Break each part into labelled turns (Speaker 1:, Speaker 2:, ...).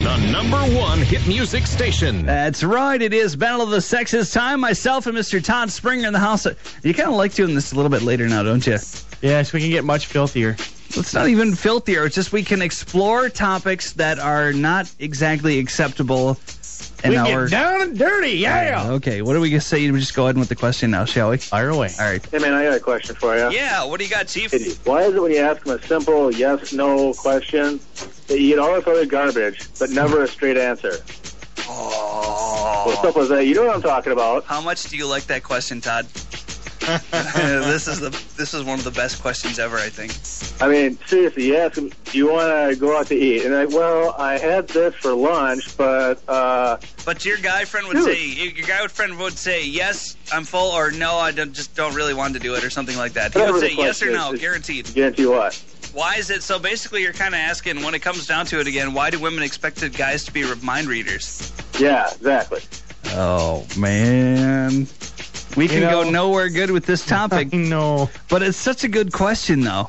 Speaker 1: the number one hit music station.
Speaker 2: That's right. It is Battle of the Sexes time. Myself and Mr. Todd Springer in the house. You kind of like doing this a little bit later now, don't you?
Speaker 3: Yes, we can get much filthier.
Speaker 2: It's not even filthier. It's just we can explore topics that are not exactly acceptable in
Speaker 3: we can
Speaker 2: our.
Speaker 3: get down and dirty, yeah.
Speaker 2: Okay, what are we going to say? We just go ahead with the question now, shall we?
Speaker 3: Fire away.
Speaker 2: All right.
Speaker 4: Hey man, I got a question for you.
Speaker 2: Yeah, what do you got, Chief?
Speaker 4: Why is it when you ask them a simple yes no question that you get all this other garbage but never a straight answer? What's up with that? You know what I'm talking about.
Speaker 2: How much do you like that question, Todd? this is the this is one of the best questions ever, I think.
Speaker 4: I mean, seriously, you ask them, do you want to go out to eat? And like, well, I had this for lunch, but uh,
Speaker 2: But your guy friend would
Speaker 4: Dude.
Speaker 2: say your guy friend would say yes, I'm full, or no, I don't, just don't really want to do it, or something like that. He would
Speaker 4: Whatever the
Speaker 2: say yes or
Speaker 4: question
Speaker 2: no,
Speaker 4: is, it's-
Speaker 2: guaranteed.
Speaker 4: guarantee what?
Speaker 2: Why is it so? Basically, you're kind of asking when it comes down to it again. Why do women expect the guys to be mind readers?
Speaker 4: Yeah, exactly.
Speaker 2: Oh man, we can
Speaker 3: know-
Speaker 2: go nowhere good with this topic,
Speaker 3: No.
Speaker 2: but it's such a good question, though.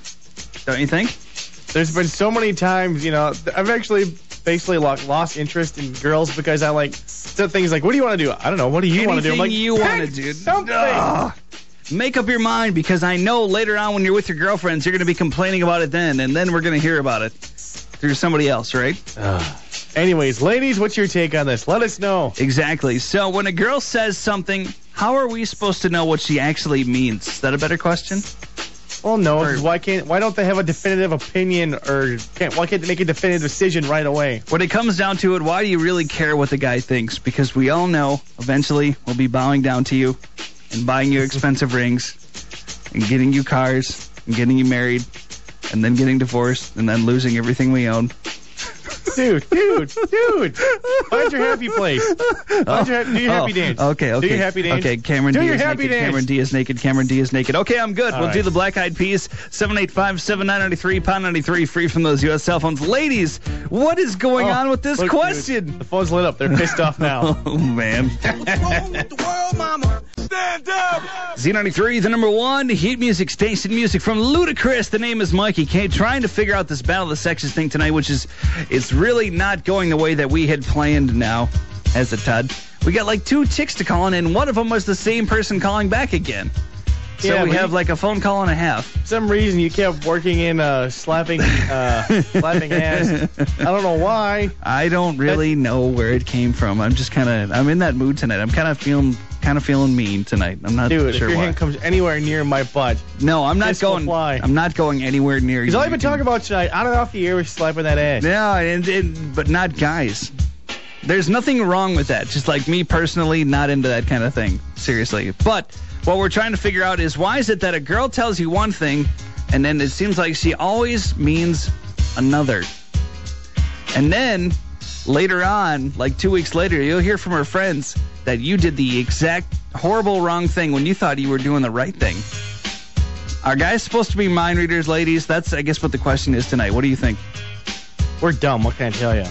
Speaker 2: Don't you think?
Speaker 3: There's been so many times, you know, th- I've actually basically lo- lost interest in girls because I like said things like, "What do you want to do?" I don't know. What do you want to do? I'm
Speaker 2: Anything
Speaker 3: like,
Speaker 2: you wanna
Speaker 3: "Pick
Speaker 2: do."
Speaker 3: Something.
Speaker 2: Ugh. Make up your mind because I know later on when you're with your girlfriends, you're going to be complaining about it then, and then we're going to hear about it through somebody else, right?
Speaker 3: Anyways, ladies, what's your take on this? Let us know.
Speaker 2: Exactly. So when a girl says something, how are we supposed to know what she actually means? Is that a better question?
Speaker 3: Well, no, 'cause why can't? Why don't they have a definitive opinion or can't? Why can't they make a definitive decision right away?
Speaker 2: When it comes down to it, why do you really care what the guy thinks? Because we all know eventually we'll be bowing down to you and buying you expensive rings and getting you cars and getting you married and then getting divorced and then losing everything we own.
Speaker 3: Dude, dude, dude! Find your happy place. Find your, ha- do your happy
Speaker 2: Oh,
Speaker 3: dance.
Speaker 2: Okay, okay.
Speaker 3: Do your happy dance.
Speaker 2: Okay, Cameron
Speaker 3: Do
Speaker 2: D
Speaker 3: your
Speaker 2: is
Speaker 3: happy
Speaker 2: naked.
Speaker 3: dance.
Speaker 2: Cameron D is naked. Cameron D is naked. Okay, I'm good.
Speaker 3: All
Speaker 2: we'll do
Speaker 3: right.
Speaker 2: the black eyed peas. 785 7993 pound 93 free from those US cell phones. Ladies, what is going
Speaker 3: Oh,
Speaker 2: on with this
Speaker 3: look, dude,
Speaker 2: question?
Speaker 3: the phone's lit up. They're pissed off now.
Speaker 2: Oh man. Z93, the number one hit music station music from Ludacris. The name is Mikey K. Trying to figure out this battle of the sexes thing tonight, which is it's really not going the way that we had planned now as a Tud. We got like two chicks to call in, and one of them was the same person calling back again. So
Speaker 3: Yeah,
Speaker 2: we
Speaker 3: but
Speaker 2: have
Speaker 3: you-
Speaker 2: like a phone call and a half.
Speaker 3: For some reason, you kept working in uh, slapping, uh, slapping ass. I don't know why.
Speaker 2: I don't really know where it came from. I'm just kind of I'm in that mood tonight. I'm kind of feeling kind of feeling mean tonight. I'm not
Speaker 3: Dude,
Speaker 2: sure
Speaker 3: if your
Speaker 2: why.
Speaker 3: hand comes anywhere near my butt,
Speaker 2: No, I'm not
Speaker 3: This will
Speaker 2: going.
Speaker 3: fly.
Speaker 2: I'm not going anywhere near you.
Speaker 3: because all I've been
Speaker 2: You can-
Speaker 3: talking about tonight, on and off the air, was slapping that ass.
Speaker 2: Yeah, and, and but not guys. There's nothing wrong with that. Just like me personally, not into that kind of thing. Seriously. But what we're trying to figure out is why is it that a girl tells you one thing, and then it seems like she always means another. And then later on, like two weeks later, you'll hear from her friends that you did the exact horrible wrong thing when you thought you were doing the right thing. Are guys supposed to be mind readers, ladies? That's, I guess, what the question is tonight. What do you think?
Speaker 3: We're dumb. What can I tell you?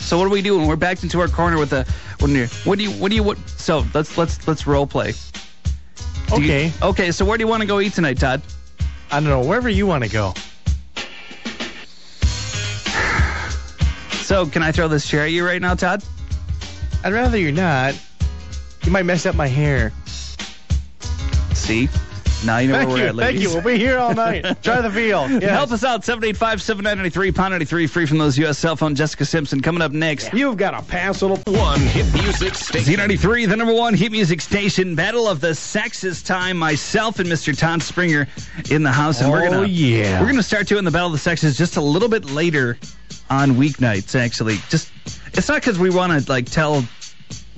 Speaker 2: So what do we do when we're backed into our corner with a when you what do you what do you what? So let's let's let's role play. Do you-
Speaker 3: Okay.
Speaker 2: okay. So where do you want to go eat tonight, Todd?
Speaker 3: I don't know. Wherever you want to go.
Speaker 2: So can I throw this chair at you right now, Todd?
Speaker 3: I'd rather you're not. You might mess up my hair.
Speaker 2: See, now you know
Speaker 3: Thank
Speaker 2: where we're
Speaker 3: you.
Speaker 2: at, ladies.
Speaker 3: Thank you. We'll be here all night. Try the field. Yes.
Speaker 2: Help us out, 785 7993 pound 93, free from those U.S. cell phone. Jessica Simpson coming up next.
Speaker 3: You've got a pass, little.
Speaker 1: One hit music station.
Speaker 2: Z93, the number one hit music station, Battle of the Sexes time. Myself and Mr. Tom Springer in the house, and we're
Speaker 3: Oh,
Speaker 2: gonna
Speaker 3: yeah.
Speaker 2: we're gonna start doing the Battle of the Sexes just a little bit later on weeknights. Actually, just it's not because we want to like tell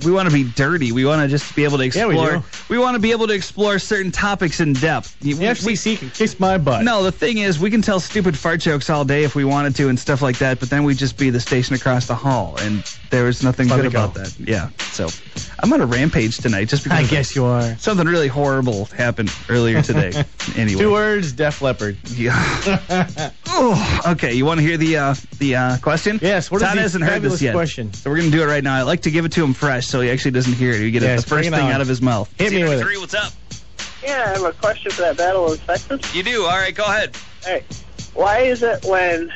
Speaker 2: we want to be dirty. We want to just be able to
Speaker 3: Yeah,
Speaker 2: explore.
Speaker 3: we do.
Speaker 2: want to be able to explore certain topics in depth. We-
Speaker 3: The FCC can kiss my butt.
Speaker 2: no, the thing is, we can tell stupid fart jokes all day if we wanted to and stuff like that, but then we'd just be the station across the hall, and there was nothing
Speaker 3: Fun
Speaker 2: good
Speaker 3: to go.
Speaker 2: about that. Yeah, so I'm on a rampage tonight just because
Speaker 3: I guess you are.
Speaker 2: something really horrible happened earlier today. anyway,
Speaker 3: Two words, Def Leopard.
Speaker 2: Yeah. oh, okay. You want to hear the uh, the uh, question?
Speaker 3: Yes, what is
Speaker 2: Todd
Speaker 3: the
Speaker 2: hasn't heard
Speaker 3: fabulous
Speaker 2: this yet,
Speaker 3: question?
Speaker 2: so we're gonna do it right now. I like to give it to him fresh, so he actually doesn't hear it. You get
Speaker 3: Yes,
Speaker 2: it the first
Speaker 3: bring it
Speaker 2: thing
Speaker 3: on.
Speaker 2: out of his mouth.
Speaker 3: Hit me with it.
Speaker 1: what's up?
Speaker 4: Yeah, I have a question for that battle of sexes.
Speaker 2: You do. All right, go ahead.
Speaker 4: Hey, why is it when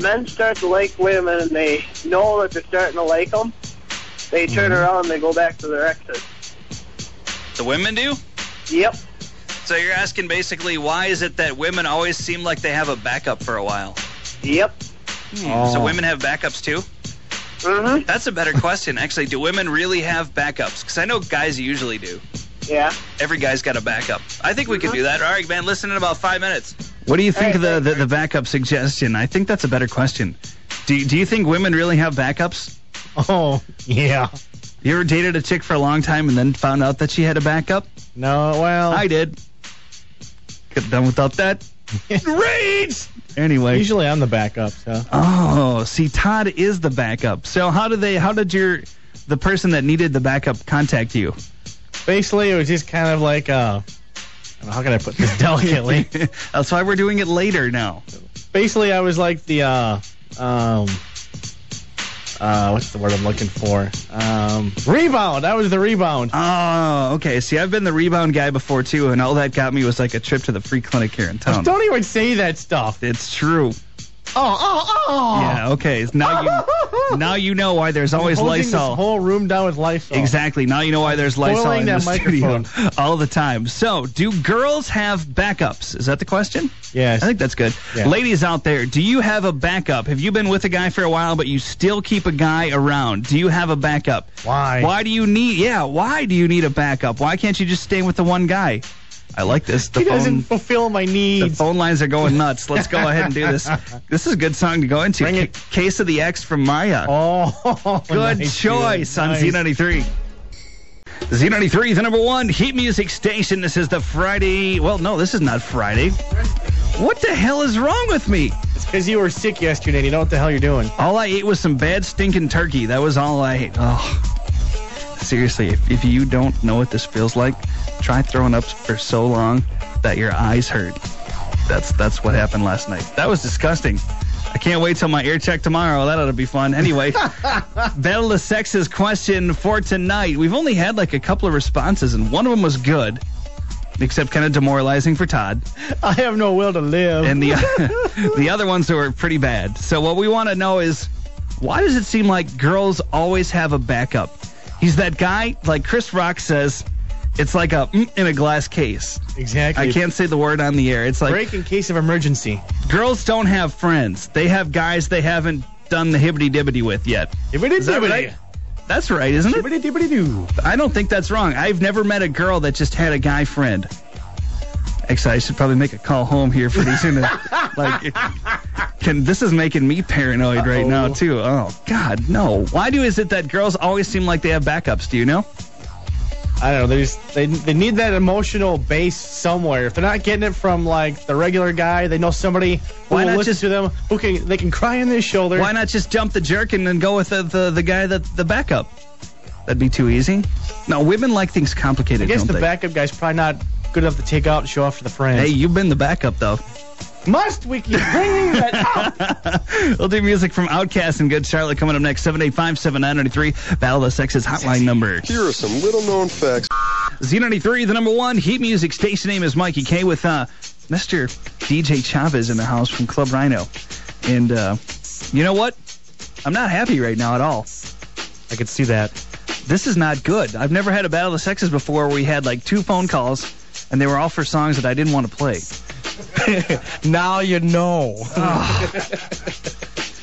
Speaker 4: men start to like women and they know that they're starting to like them, they turn around and they go back to their exes.
Speaker 5: The women do?
Speaker 4: Yep.
Speaker 5: So you're asking basically why is it that women always seem like they have a backup for a while?
Speaker 4: Yep.
Speaker 2: Hmm.
Speaker 5: So
Speaker 2: Oh.
Speaker 5: women have backups too?
Speaker 4: Mm-hmm.
Speaker 5: That's a better question, actually. Do women really have backups? Because I know guys usually do.
Speaker 4: Yeah.
Speaker 5: Every guy's got a backup. I think we could do that. All right, man, listen in about five minutes.
Speaker 2: What do you think
Speaker 4: Hey,
Speaker 2: of the,
Speaker 4: hey,
Speaker 2: the, the backup suggestion? I think that's a better question. Do, do you think women really have backups?
Speaker 3: Oh, yeah.
Speaker 2: You ever dated a chick for a long time and then found out that she had a backup?
Speaker 3: No, well,
Speaker 2: I did. Could have done without that.
Speaker 3: rage.
Speaker 2: Anyway.
Speaker 3: Usually I'm the backup, so
Speaker 2: Oh, see, Todd is the backup. So how did they? How did your the person that needed the backup contact you?
Speaker 3: basically it was just kind of like uh, I don't know, how can I put this delicately?
Speaker 2: That's why we're doing it later now.
Speaker 3: basically, I was like the uh, um, uh, what's the word I'm looking for? Um, rebound. I was the rebound.
Speaker 2: Oh, okay. See, I've been the rebound guy before too, and all that got me was like a trip to the free clinic here in town.
Speaker 3: Don't even say that stuff. Oh,
Speaker 2: It's true.
Speaker 3: oh, oh.
Speaker 2: Yeah. Okay. Now you now you know why there's always
Speaker 3: Holding this
Speaker 2: Lysol.
Speaker 3: whole room down with Lysol.
Speaker 2: Exactly. Now you know why there's Lysol
Speaker 3: Spoiling
Speaker 2: in the
Speaker 3: that
Speaker 2: studio
Speaker 3: microphone.
Speaker 2: all the time. So, do girls have backups? Is that the question?
Speaker 3: Yes.
Speaker 2: I think that's good.
Speaker 3: Yeah.
Speaker 2: Ladies out there, do you have a backup? Have you been with a guy for a while, but you still keep a guy around? Do you have a backup?
Speaker 3: Why?
Speaker 2: Why do you need? Yeah. Why do you need a backup? Why can't you just stay with the one guy? I like this. The
Speaker 3: He
Speaker 2: phone.
Speaker 3: doesn't fulfill my
Speaker 2: The
Speaker 3: needs.
Speaker 2: phone lines are going nuts. Let's go ahead and do this. This is a good song to go into.
Speaker 3: Bring it.
Speaker 2: Ca- Case of the X from Maya.
Speaker 3: Oh,
Speaker 2: Good
Speaker 3: nice, dude.
Speaker 2: choice on
Speaker 3: Nice.
Speaker 2: Z93. Z93, the number one heat music station. This is the Friday. Well, no, this is not Friday. What the hell is wrong with me?
Speaker 3: It's because you were sick yesterday and you know what the hell you're doing.
Speaker 2: All I ate was some bad stinking turkey. That was all I ate. Oh. Seriously, if, if you don't know what this feels like, try throwing up for so long that your eyes hurt. That's that's what happened last night. That was disgusting. I can't wait till my ear check tomorrow. That ought to be fun. Anyway, Battle of Sexes question for tonight. We've only had like a couple of responses, and one of them was good, except kind of demoralizing for Todd
Speaker 3: I have no will to live.
Speaker 2: and the the other ones were pretty bad. So what we want to know is why does it seem like girls always have a backup? He's that guy, like Chris Rock says, it's like a mm in a glass case.
Speaker 3: exactly.
Speaker 2: I can't say the word on the air. It's like
Speaker 3: break in case of emergency.
Speaker 2: girls don't have friends. They have guys they haven't done the hibbity dibbity with yet. Is that right? That's right, isn't it?
Speaker 3: Dibbity-dibbity-doo.
Speaker 2: I don't think that's wrong. I've never met a girl that just had a guy friend. Actually, I should probably make a call home here pretty soon. to- like, can this is making me paranoid right now
Speaker 3: Uh-oh.
Speaker 2: too? Oh God, no! Why do is it that girls always seem like they have backups? Do you know?
Speaker 3: I don't know. They just they, they need that emotional base somewhere. If they're not getting it from like the regular guy, they know somebody who
Speaker 2: Why
Speaker 3: will
Speaker 2: not
Speaker 3: listen
Speaker 2: just-
Speaker 3: to them. Who can they can cry on their shoulder.
Speaker 2: Why not just jump the jerk and then go with the the, the guy that the backup? That'd be too easy. No, women like things complicated.
Speaker 3: I guess
Speaker 2: don't
Speaker 3: the
Speaker 2: they?
Speaker 3: backup guy's probably not good enough to take out and show off to the friends.
Speaker 2: Hey, you've been the backup though.
Speaker 3: Must we keep bringing that up?
Speaker 2: We'll do music from Outcast and Good Charlotte coming up next. 785 7993 Battle of the Sexes hotline number.
Speaker 6: Here are some little known facts.
Speaker 2: Z93, the number one heat music station name is Mikey K with uh, Mr. DJ Chavez in the house from Club Rhino. And uh, you know what? I'm not happy right now at all.
Speaker 3: I could see that.
Speaker 2: This is not good. I've never had a Battle of the Sexes before where we had like two phone calls and they were all for songs that I didn't want to play.
Speaker 3: Now you know.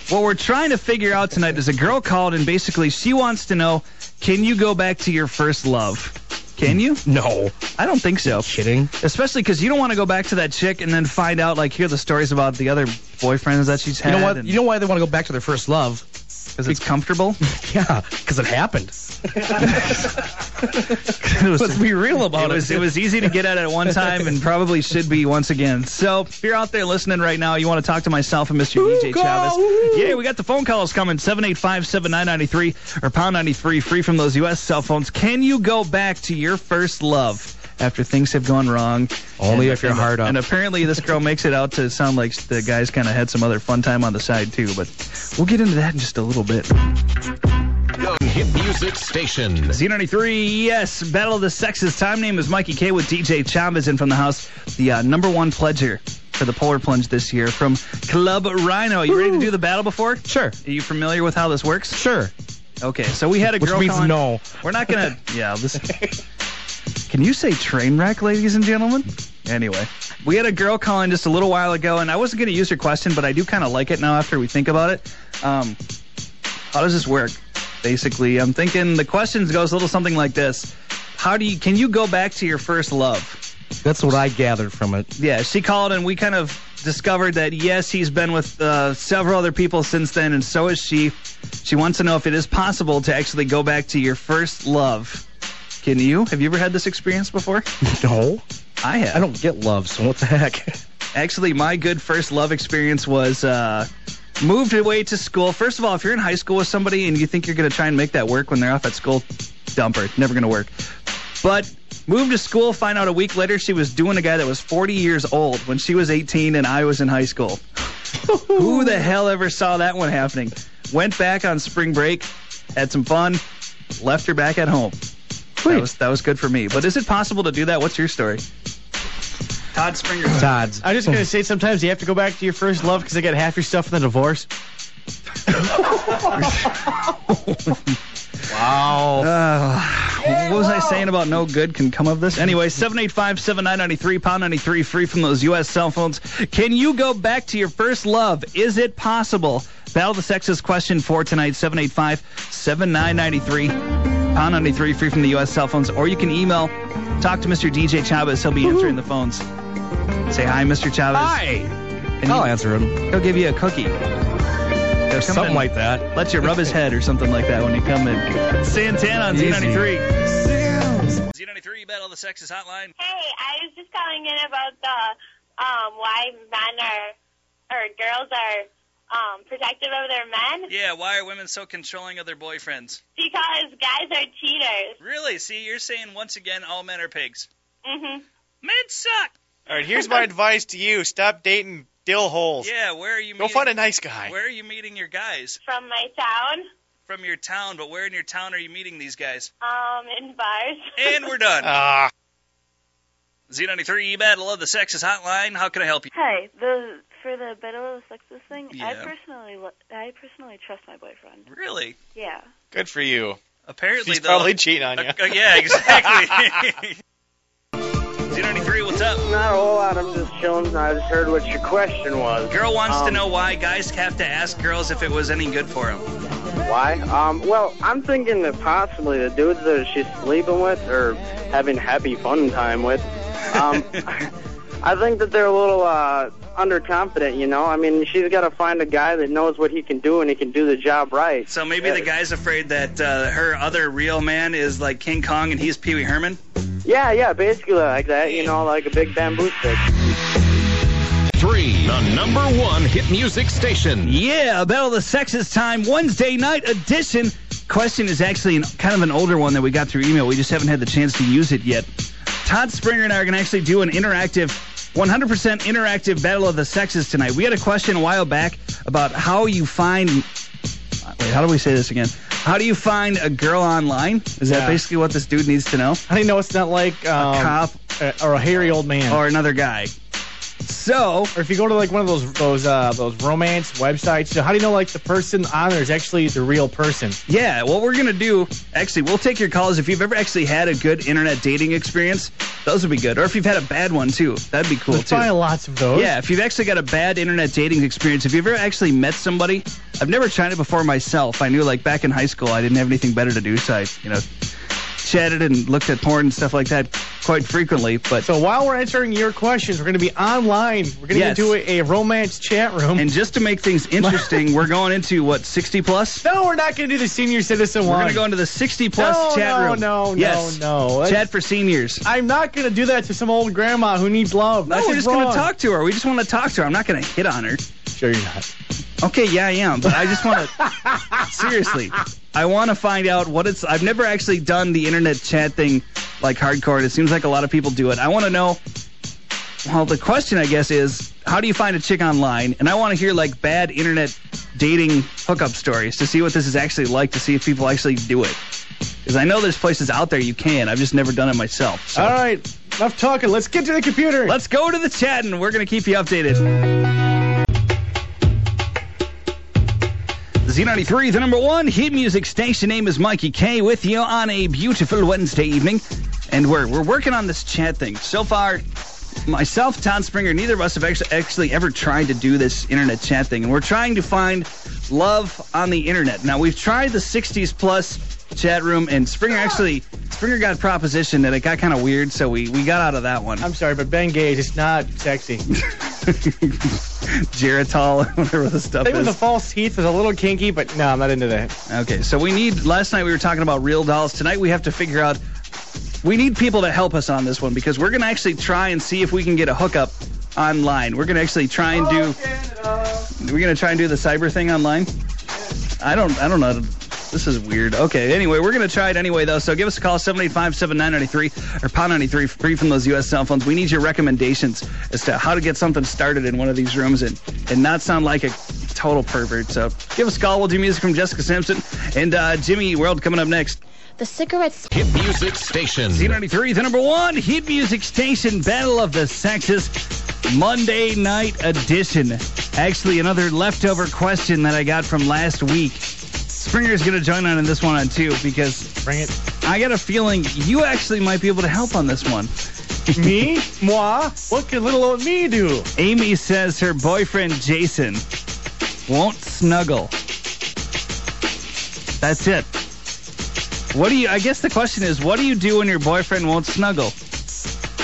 Speaker 2: What we're trying to figure out tonight is a girl called and basically she wants to know can you go back to your first love? Can you?
Speaker 3: No.
Speaker 2: I don't think so.
Speaker 3: Kidding.
Speaker 2: Especially because you don't want to go back to that chick and then find out, like, hear the stories about the other boyfriends that she's had.
Speaker 7: You know what?
Speaker 2: and-
Speaker 7: You know why they want to go back to their first love?
Speaker 2: because it's comfortable.
Speaker 7: Yeah, because it happened.
Speaker 2: it was,
Speaker 7: Let's be real about
Speaker 2: it
Speaker 7: it.
Speaker 2: was it was easy to get at at one time and probably should be once again. So if you're out there listening right now, you want to talk to myself and Mr. DJ Chavez. Yeah, we got the phone calls coming 785-7993 or pound 93 free from those US cell phones. Can you go back to your first love? After things have gone wrong,
Speaker 7: Only
Speaker 2: And-
Speaker 7: if you're
Speaker 2: and-
Speaker 7: hard up.
Speaker 2: And apparently, this girl makes it out to sound like the guys kind of had some other fun time on the side too. But we'll get into that in just a little bit.
Speaker 1: Hit music station.
Speaker 2: Z93, yes, Battle of the Sexes. Time name is Mikey K with DJ Chavez in from the house, the uh, number one pledger for the polar plunge this year from Club Rhino. You ready to do the battle before?
Speaker 8: Sure.
Speaker 2: Are you familiar with how this works?
Speaker 8: Sure.
Speaker 2: Okay, so we had a
Speaker 8: Which
Speaker 2: girl
Speaker 8: means
Speaker 2: calling-
Speaker 8: no.
Speaker 2: We're not gonna. Yeah, this. Can you say train wreck, ladies and gentlemen? Anyway, we had a girl calling just a little while ago, and I wasn't gonna use her question, but I do kind of like it now after we think about it. Um, how does this work? Basically, I'm thinking the questions goes a little something like this: How do you can you go back to your first love?
Speaker 8: That's what I gathered from it.
Speaker 2: Yeah, she called and we kind of discovered that yes, he's been with uh, several other people since then, and so is she. She wants to know if it is possible to actually go back to your first love. Can you? Have you ever had this experience before?
Speaker 8: No.
Speaker 2: I have.
Speaker 8: I don't get love, so what the heck?
Speaker 2: Actually, my good first love experience was uh, moved away to school. First of all, if you're in high school with somebody and you think you're going to try and make that work when they're off at school, dumper. Never going to work. But moved to school, find out a week later she was doing a guy that was 40 years old when she was 18 and I was in high school. Who the hell ever saw that one happening? Went back on spring break, had some fun, left her back at home. That was, that was good for me. But is it possible to do that? What's your story? Todd Springer.
Speaker 8: Todd's.
Speaker 3: I'm just gonna say sometimes you have to go back to your first love because they got half your stuff in the divorce. wow.
Speaker 2: What was I saying about no good can come of this? Anyway, 785-7993, pound 93, free from those U.S. cell phones. Can you go back to your first love? Is it possible? Battle of the Sexes question for tonight, 785-7993, pound 93, free from the U.S. cell phones. Or you can email, talk to Mr. DJ Chavez. He'll be answering the phones. Say hi, Mr. Chavez.
Speaker 8: Hi.
Speaker 2: And
Speaker 8: I'll
Speaker 2: he,
Speaker 8: answer him.
Speaker 2: he'll give you a cookie. Or
Speaker 8: Something like that.
Speaker 2: Let you rub his head or something like that when you come in. Santana on Z93. Z93 Battle of the Sexes Hotline.
Speaker 9: Hey, I was just calling in about the um, why men are or girls are um, protective of their men
Speaker 2: Yeah, why are women so controlling of their boyfriends?
Speaker 9: because guys are cheaters.
Speaker 2: Really? See, you're saying once again all men are pigs.
Speaker 9: Mhm.
Speaker 2: Men suck.
Speaker 10: All right, here's my advice to you: stop dating dill holes.
Speaker 2: Yeah, where are you
Speaker 10: Go
Speaker 2: meeting?
Speaker 10: find a nice guy.
Speaker 2: Where are you meeting your guys?
Speaker 9: From my town,
Speaker 2: From your town, but where in your town are you meeting these guys?
Speaker 9: um, in bars.
Speaker 2: And we're done.
Speaker 10: Ah,
Speaker 2: Z93 Battle of the Sexes Hotline. How can I help you?
Speaker 11: Hi, the for the battle of the sexes thing, I
Speaker 2: Yeah.
Speaker 11: personally lo- I personally trust my boyfriend.
Speaker 2: Really?
Speaker 11: Yeah.
Speaker 10: good for you.
Speaker 2: Apparently,
Speaker 10: She's
Speaker 2: though.
Speaker 10: probably cheating on you.
Speaker 2: Uh, yeah, exactly. Z93, what's up?
Speaker 4: Not a whole lot. I'm just chilling. I just heard what your question was.
Speaker 2: Girl wants to
Speaker 4: Um,
Speaker 2: know why guys have to ask girls if it was any good for them.
Speaker 4: Why? Um, well, I'm thinking that possibly the dudes that she's sleeping with or having happy fun time with, um, I think that they're a little uh, underconfident, you know? I mean, she's got to find a guy that knows what he can do and he can do the job right.
Speaker 2: So maybe the
Speaker 4: Yeah.
Speaker 2: guy's afraid that uh, her other real man is like King Kong and he's Pee Wee Herman.
Speaker 4: Yeah, yeah, basically like that, you know, like a big bamboo stick.
Speaker 1: Three, the number one hit music station.
Speaker 2: Yeah, Battle of the Sexes time, Wednesday night edition. Question is actually an, kind of an older one that we got through email. We just haven't had the chance to use it yet. Todd Springer and I are going to actually do an interactive, 100% interactive Battle of the Sexes tonight. We had a question a while back about how you find. Wait, how do we say this again? How do you find a girl online? Is that
Speaker 3: Yeah.
Speaker 2: basically what this dude needs to know?
Speaker 3: How do you know it's not like um,
Speaker 2: Cop
Speaker 3: a- or a hairy old man?
Speaker 2: or another guy? So,
Speaker 3: or if you go to like one of those those uh, those romance websites, so how do you know like the person on there is actually the real person?
Speaker 2: Yeah, what we're gonna do, actually, we'll take your calls if you've ever actually had a good internet dating experience. Those would be good, or if you've had a bad one too, that'd be cool
Speaker 3: There's
Speaker 2: too.
Speaker 3: probably lots of those.
Speaker 2: Yeah, if you've actually got a bad internet dating experience, if you've ever actually met somebody, I've never tried it before myself. I knew like back in high school, I didn't have anything better to do, so I, you know, chatted and looked at porn and stuff like that quite frequently. But
Speaker 3: So while we're answering your questions, we're going to be online. We're going to
Speaker 2: Yes.
Speaker 3: get into a, a romance chat room.
Speaker 2: and just to make things interesting, we're going into what 60 plus.
Speaker 3: no, we're not going to do the senior citizen
Speaker 2: We're
Speaker 3: one.
Speaker 2: gonna go into the 60 plus
Speaker 3: No,
Speaker 2: chat
Speaker 3: no,
Speaker 2: room.
Speaker 3: no, no,
Speaker 2: yes.
Speaker 3: no.
Speaker 2: Chat for seniors.
Speaker 3: I'm not going to do that to some old grandma who needs love.
Speaker 2: No,
Speaker 3: This
Speaker 2: we're
Speaker 3: is
Speaker 2: just going to
Speaker 3: wrong.
Speaker 2: talk to her. We just want to talk to her. I'm not going to hit on her.
Speaker 3: Sure, you're not.
Speaker 2: Okay, yeah, I am, but I just want to. seriously, I want to find out what it's. I've never actually done the internet chat thing like hardcore. It seems like a lot of people do it. I want to know. Well, the question I guess is, how do you find a chick online? And I want to hear like bad internet dating hookup stories to see what this is actually like to see if people actually do it. Because I know there's places out there you can. I've just never done it myself. So.
Speaker 3: All right, Enough talking. Let's get to the computer.
Speaker 2: Let's go to the chat and we're going to keep you updated. Z93, the number one hit music station name is Mikey K with you on a beautiful Wednesday evening. And we're, we're working on this chat thing. So far, myself, Todd Springer, neither of us have actually, actually ever tried to do this internet chat thing. And we're trying to find love on the internet. Now, we've tried the 60s plus chat room, and Springer actually, Springer got propositioned and it got kind of weird, so we, we got out of that one.
Speaker 3: I'm sorry, but Ben Gage is not sexy.
Speaker 2: Geritol, whatever the stuff
Speaker 3: Thing with
Speaker 2: is.
Speaker 3: the false teeth was a little kinky, but no, I'm not into that.
Speaker 2: okay, so we need. Last night we were talking about real dolls. Tonight we have to figure out. We need people to help us on this one because we're gonna actually try and see if we can get a hookup online. We're gonna actually try and do. We're gonna try and do the cyber thing online. I don't. I don't know. This is weird. Okay. Anyway, we're gonna try it anyway though. So give us a call 785-7993 or pound 93 free from those U.S. cell phones. We need your recommendations as to how to get something started in one of these rooms and and not sound like a total pervert. So give us a call. We'll do music from Jessica Simpson and uh, Jimmy Eat World coming up next.
Speaker 12: The cigarettes.
Speaker 1: Hit music station.
Speaker 2: Z93, the number one hit music station, Battle of the Sexes, Monday night edition. Actually, another leftover question that I got from last week. Springer's going to join on in this one on two because
Speaker 3: Bring it.
Speaker 2: I got a feeling you actually might be able to help on this one.
Speaker 3: me? Moi? What could little old me do?
Speaker 2: Amy says her boyfriend Jason won't snuggle. That's it. What do you? I guess the question is, what do you do when your boyfriend won't snuggle?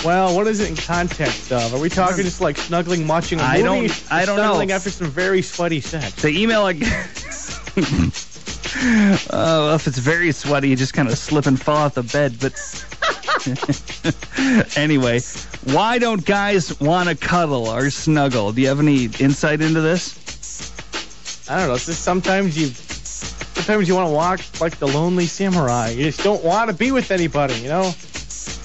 Speaker 3: Well, what is it in context of? Are we talking just like snuggling, watching a
Speaker 2: Um, I don't-
Speaker 3: movie?
Speaker 2: I don't know.
Speaker 3: snuggling after some very sweaty sex.
Speaker 2: The email again. Oh, well, if it's very sweaty, you just kind of slip and fall out the bed. But anyway, why don't guys want to cuddle or snuggle? Do you have any insight into this?
Speaker 3: I don't know. It's just sometimes you, sometimes you want to walk like the lonely samurai. You just don't want to be with anybody. You know.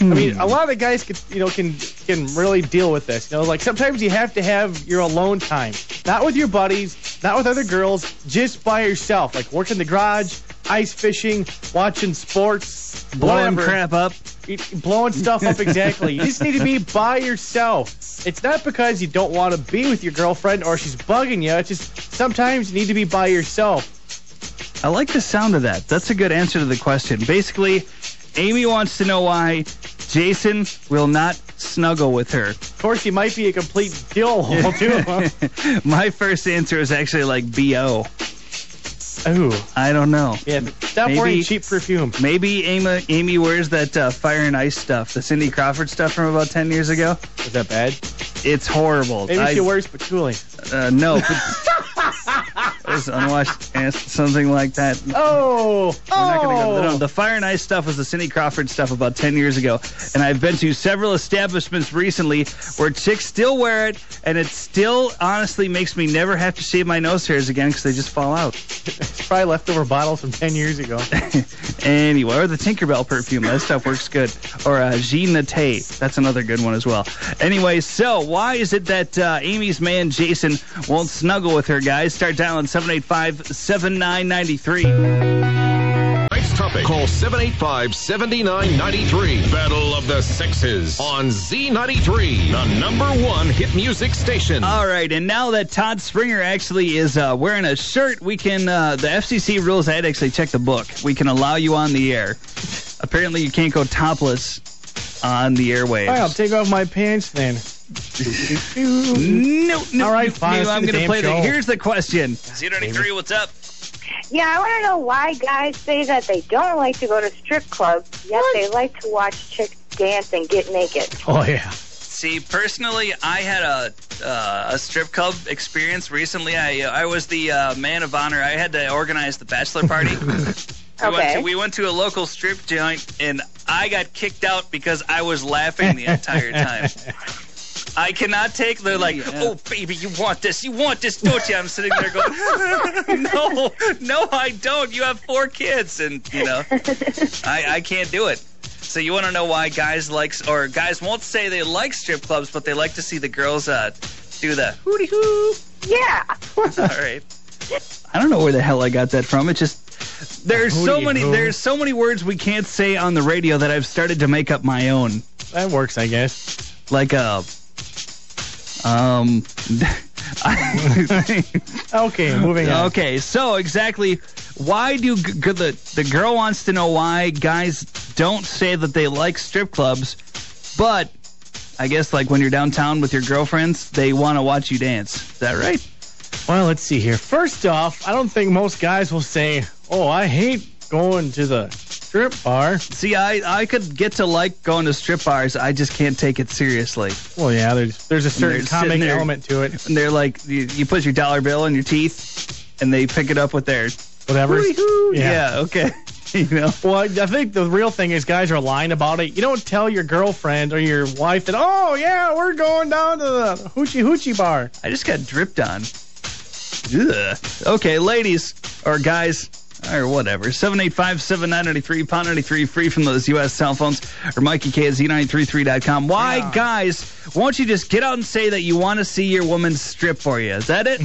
Speaker 3: I mean, a lot of guys can, you know, can can really deal with this. You know, like sometimes you have to have your alone time, not with your buddies, not with other girls, just by yourself. Like working the garage, ice fishing, watching sports,
Speaker 2: Blowing
Speaker 3: whatever.
Speaker 2: crap up.
Speaker 3: You- blowing stuff up exactly. You just need to be by yourself. It's not because you don't want to be with your girlfriend or she's bugging you. It's just sometimes you need to be by yourself.
Speaker 2: I like the sound of that. That's a good answer to the question. Basically, Amy wants to know why Jason will not snuggle with her.
Speaker 3: Of course, you might be a complete dillhole too. Huh?
Speaker 2: My first answer is actually like BO.
Speaker 3: Ooh,
Speaker 2: I don't know.
Speaker 3: yeah. but Stop
Speaker 2: Maybe-
Speaker 3: wearing cheap perfume.
Speaker 2: Maybe Amy, Amy wears that uh, fire and ice stuff, the Cindy Crawford stuff from about 10 years ago.
Speaker 3: Is that bad?
Speaker 2: It's horrible.
Speaker 3: Maybe
Speaker 2: I-
Speaker 3: she wears patchouli.
Speaker 2: uh, no. but- It's unwashed ass, something like that.
Speaker 3: Oh,
Speaker 2: We're not gonna go-
Speaker 3: oh.
Speaker 2: no, the fire and ice stuff was the Cindy Crawford stuff about 10 years ago. And I've been to several establishments recently where chicks still wear it, and it still honestly makes me never have to shave my nose hairs again because they just fall out.
Speaker 3: It's probably leftover bottles from ten years ago.
Speaker 2: Anyway, or the Tinkerbell perfume. That stuff works good. Or uh, Jean Nate. That's another good one as well. Anyway, so why is it that uh, Amy's man Jason won't snuggle with her, guys? Start dialing 785 7993.
Speaker 1: Next topic. Call 785-7993. Battle of the Sexes on Z93, the number one hit music station.
Speaker 2: All right, and now that Todd Springer actually is uh, wearing a shirt, we can. Uh, the FCC rules. I had actually checked the book. We can allow you on the air. Apparently, you can't go topless on the airwaves.
Speaker 3: All right, I'll take off my pants then.
Speaker 2: No, no.
Speaker 3: All right,
Speaker 2: no,
Speaker 3: fine,
Speaker 2: no,
Speaker 3: let's do
Speaker 2: I'm
Speaker 3: the
Speaker 2: gonna
Speaker 3: damn
Speaker 2: play the.
Speaker 3: show.
Speaker 2: Here's the question. Z93, what's up?
Speaker 13: Yeah, I want to know why guys say that they don't like to go to strip clubs, yet they like to watch chicks dance and get naked.
Speaker 3: Oh yeah.
Speaker 2: See, personally, I had a uh, a strip club experience recently. I I was the uh, man of honor. I had to organize the bachelor party. We went,
Speaker 13: Okay.
Speaker 2: to, we went to a local strip joint, and I got kicked out because I was laughing the entire time. I cannot take. They're like, "Oh, baby, you want this? You want this, don't you?" I'm sitting there going, "No, no, I don't. You have four kids, and you know, I, I can't do it." So you want to know why guys likes or guys won't say they like strip clubs, but they like to see the girls uh, do the hooty hoo.
Speaker 13: Yeah.
Speaker 2: All right. I don't know where the hell I got that from. It just there's so
Speaker 3: Hooty
Speaker 2: many
Speaker 3: hoo.
Speaker 2: there's so many words we can't say on the radio that I've started to make up my own.
Speaker 3: that works, I guess.
Speaker 2: Like a. Um. I-
Speaker 3: Okay, moving on.
Speaker 2: Okay, so exactly, why do g- g- the the girl wants to know why guys don't say that they like strip clubs, but I guess like when you're downtown with your girlfriends, they want to watch you dance. Is that right?
Speaker 3: Well, let's see here. First off, I don't think most guys will say, "Oh, I hate going to the strip bar."
Speaker 2: See, I I could get to like going to strip bars. I just can't take it seriously.
Speaker 3: Well, yeah, there's there's a certain
Speaker 2: They're sitting
Speaker 3: comic
Speaker 2: there.
Speaker 3: element to it.
Speaker 2: And they're like, you, you put your dollar bill in your teeth, and they pick it up with their
Speaker 3: Whatever.
Speaker 2: yeah, okay, you know.
Speaker 3: Well, I I think the real thing is guys are lying about it. You don't tell your girlfriend or your wife that, "Oh, yeah, we're going down to the hoochie hoochie bar."
Speaker 2: I just got dripped on. Ugh. Okay, ladies or guys or whatever. 785-7993, pound 93, free from those U.S. cell phones or Mikey K at Z933.com. Why, guys, won't you just get out and say that you want to see your woman strip for you? Is that it?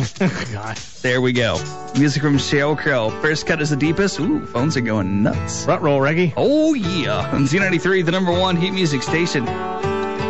Speaker 3: God.
Speaker 2: there we go. Music from Cheryl Crow. First cut is the deepest. Ooh, phones are going nuts.
Speaker 3: Rut roll, Reggie.
Speaker 2: Oh, yeah. On Z93, the number one heat music station.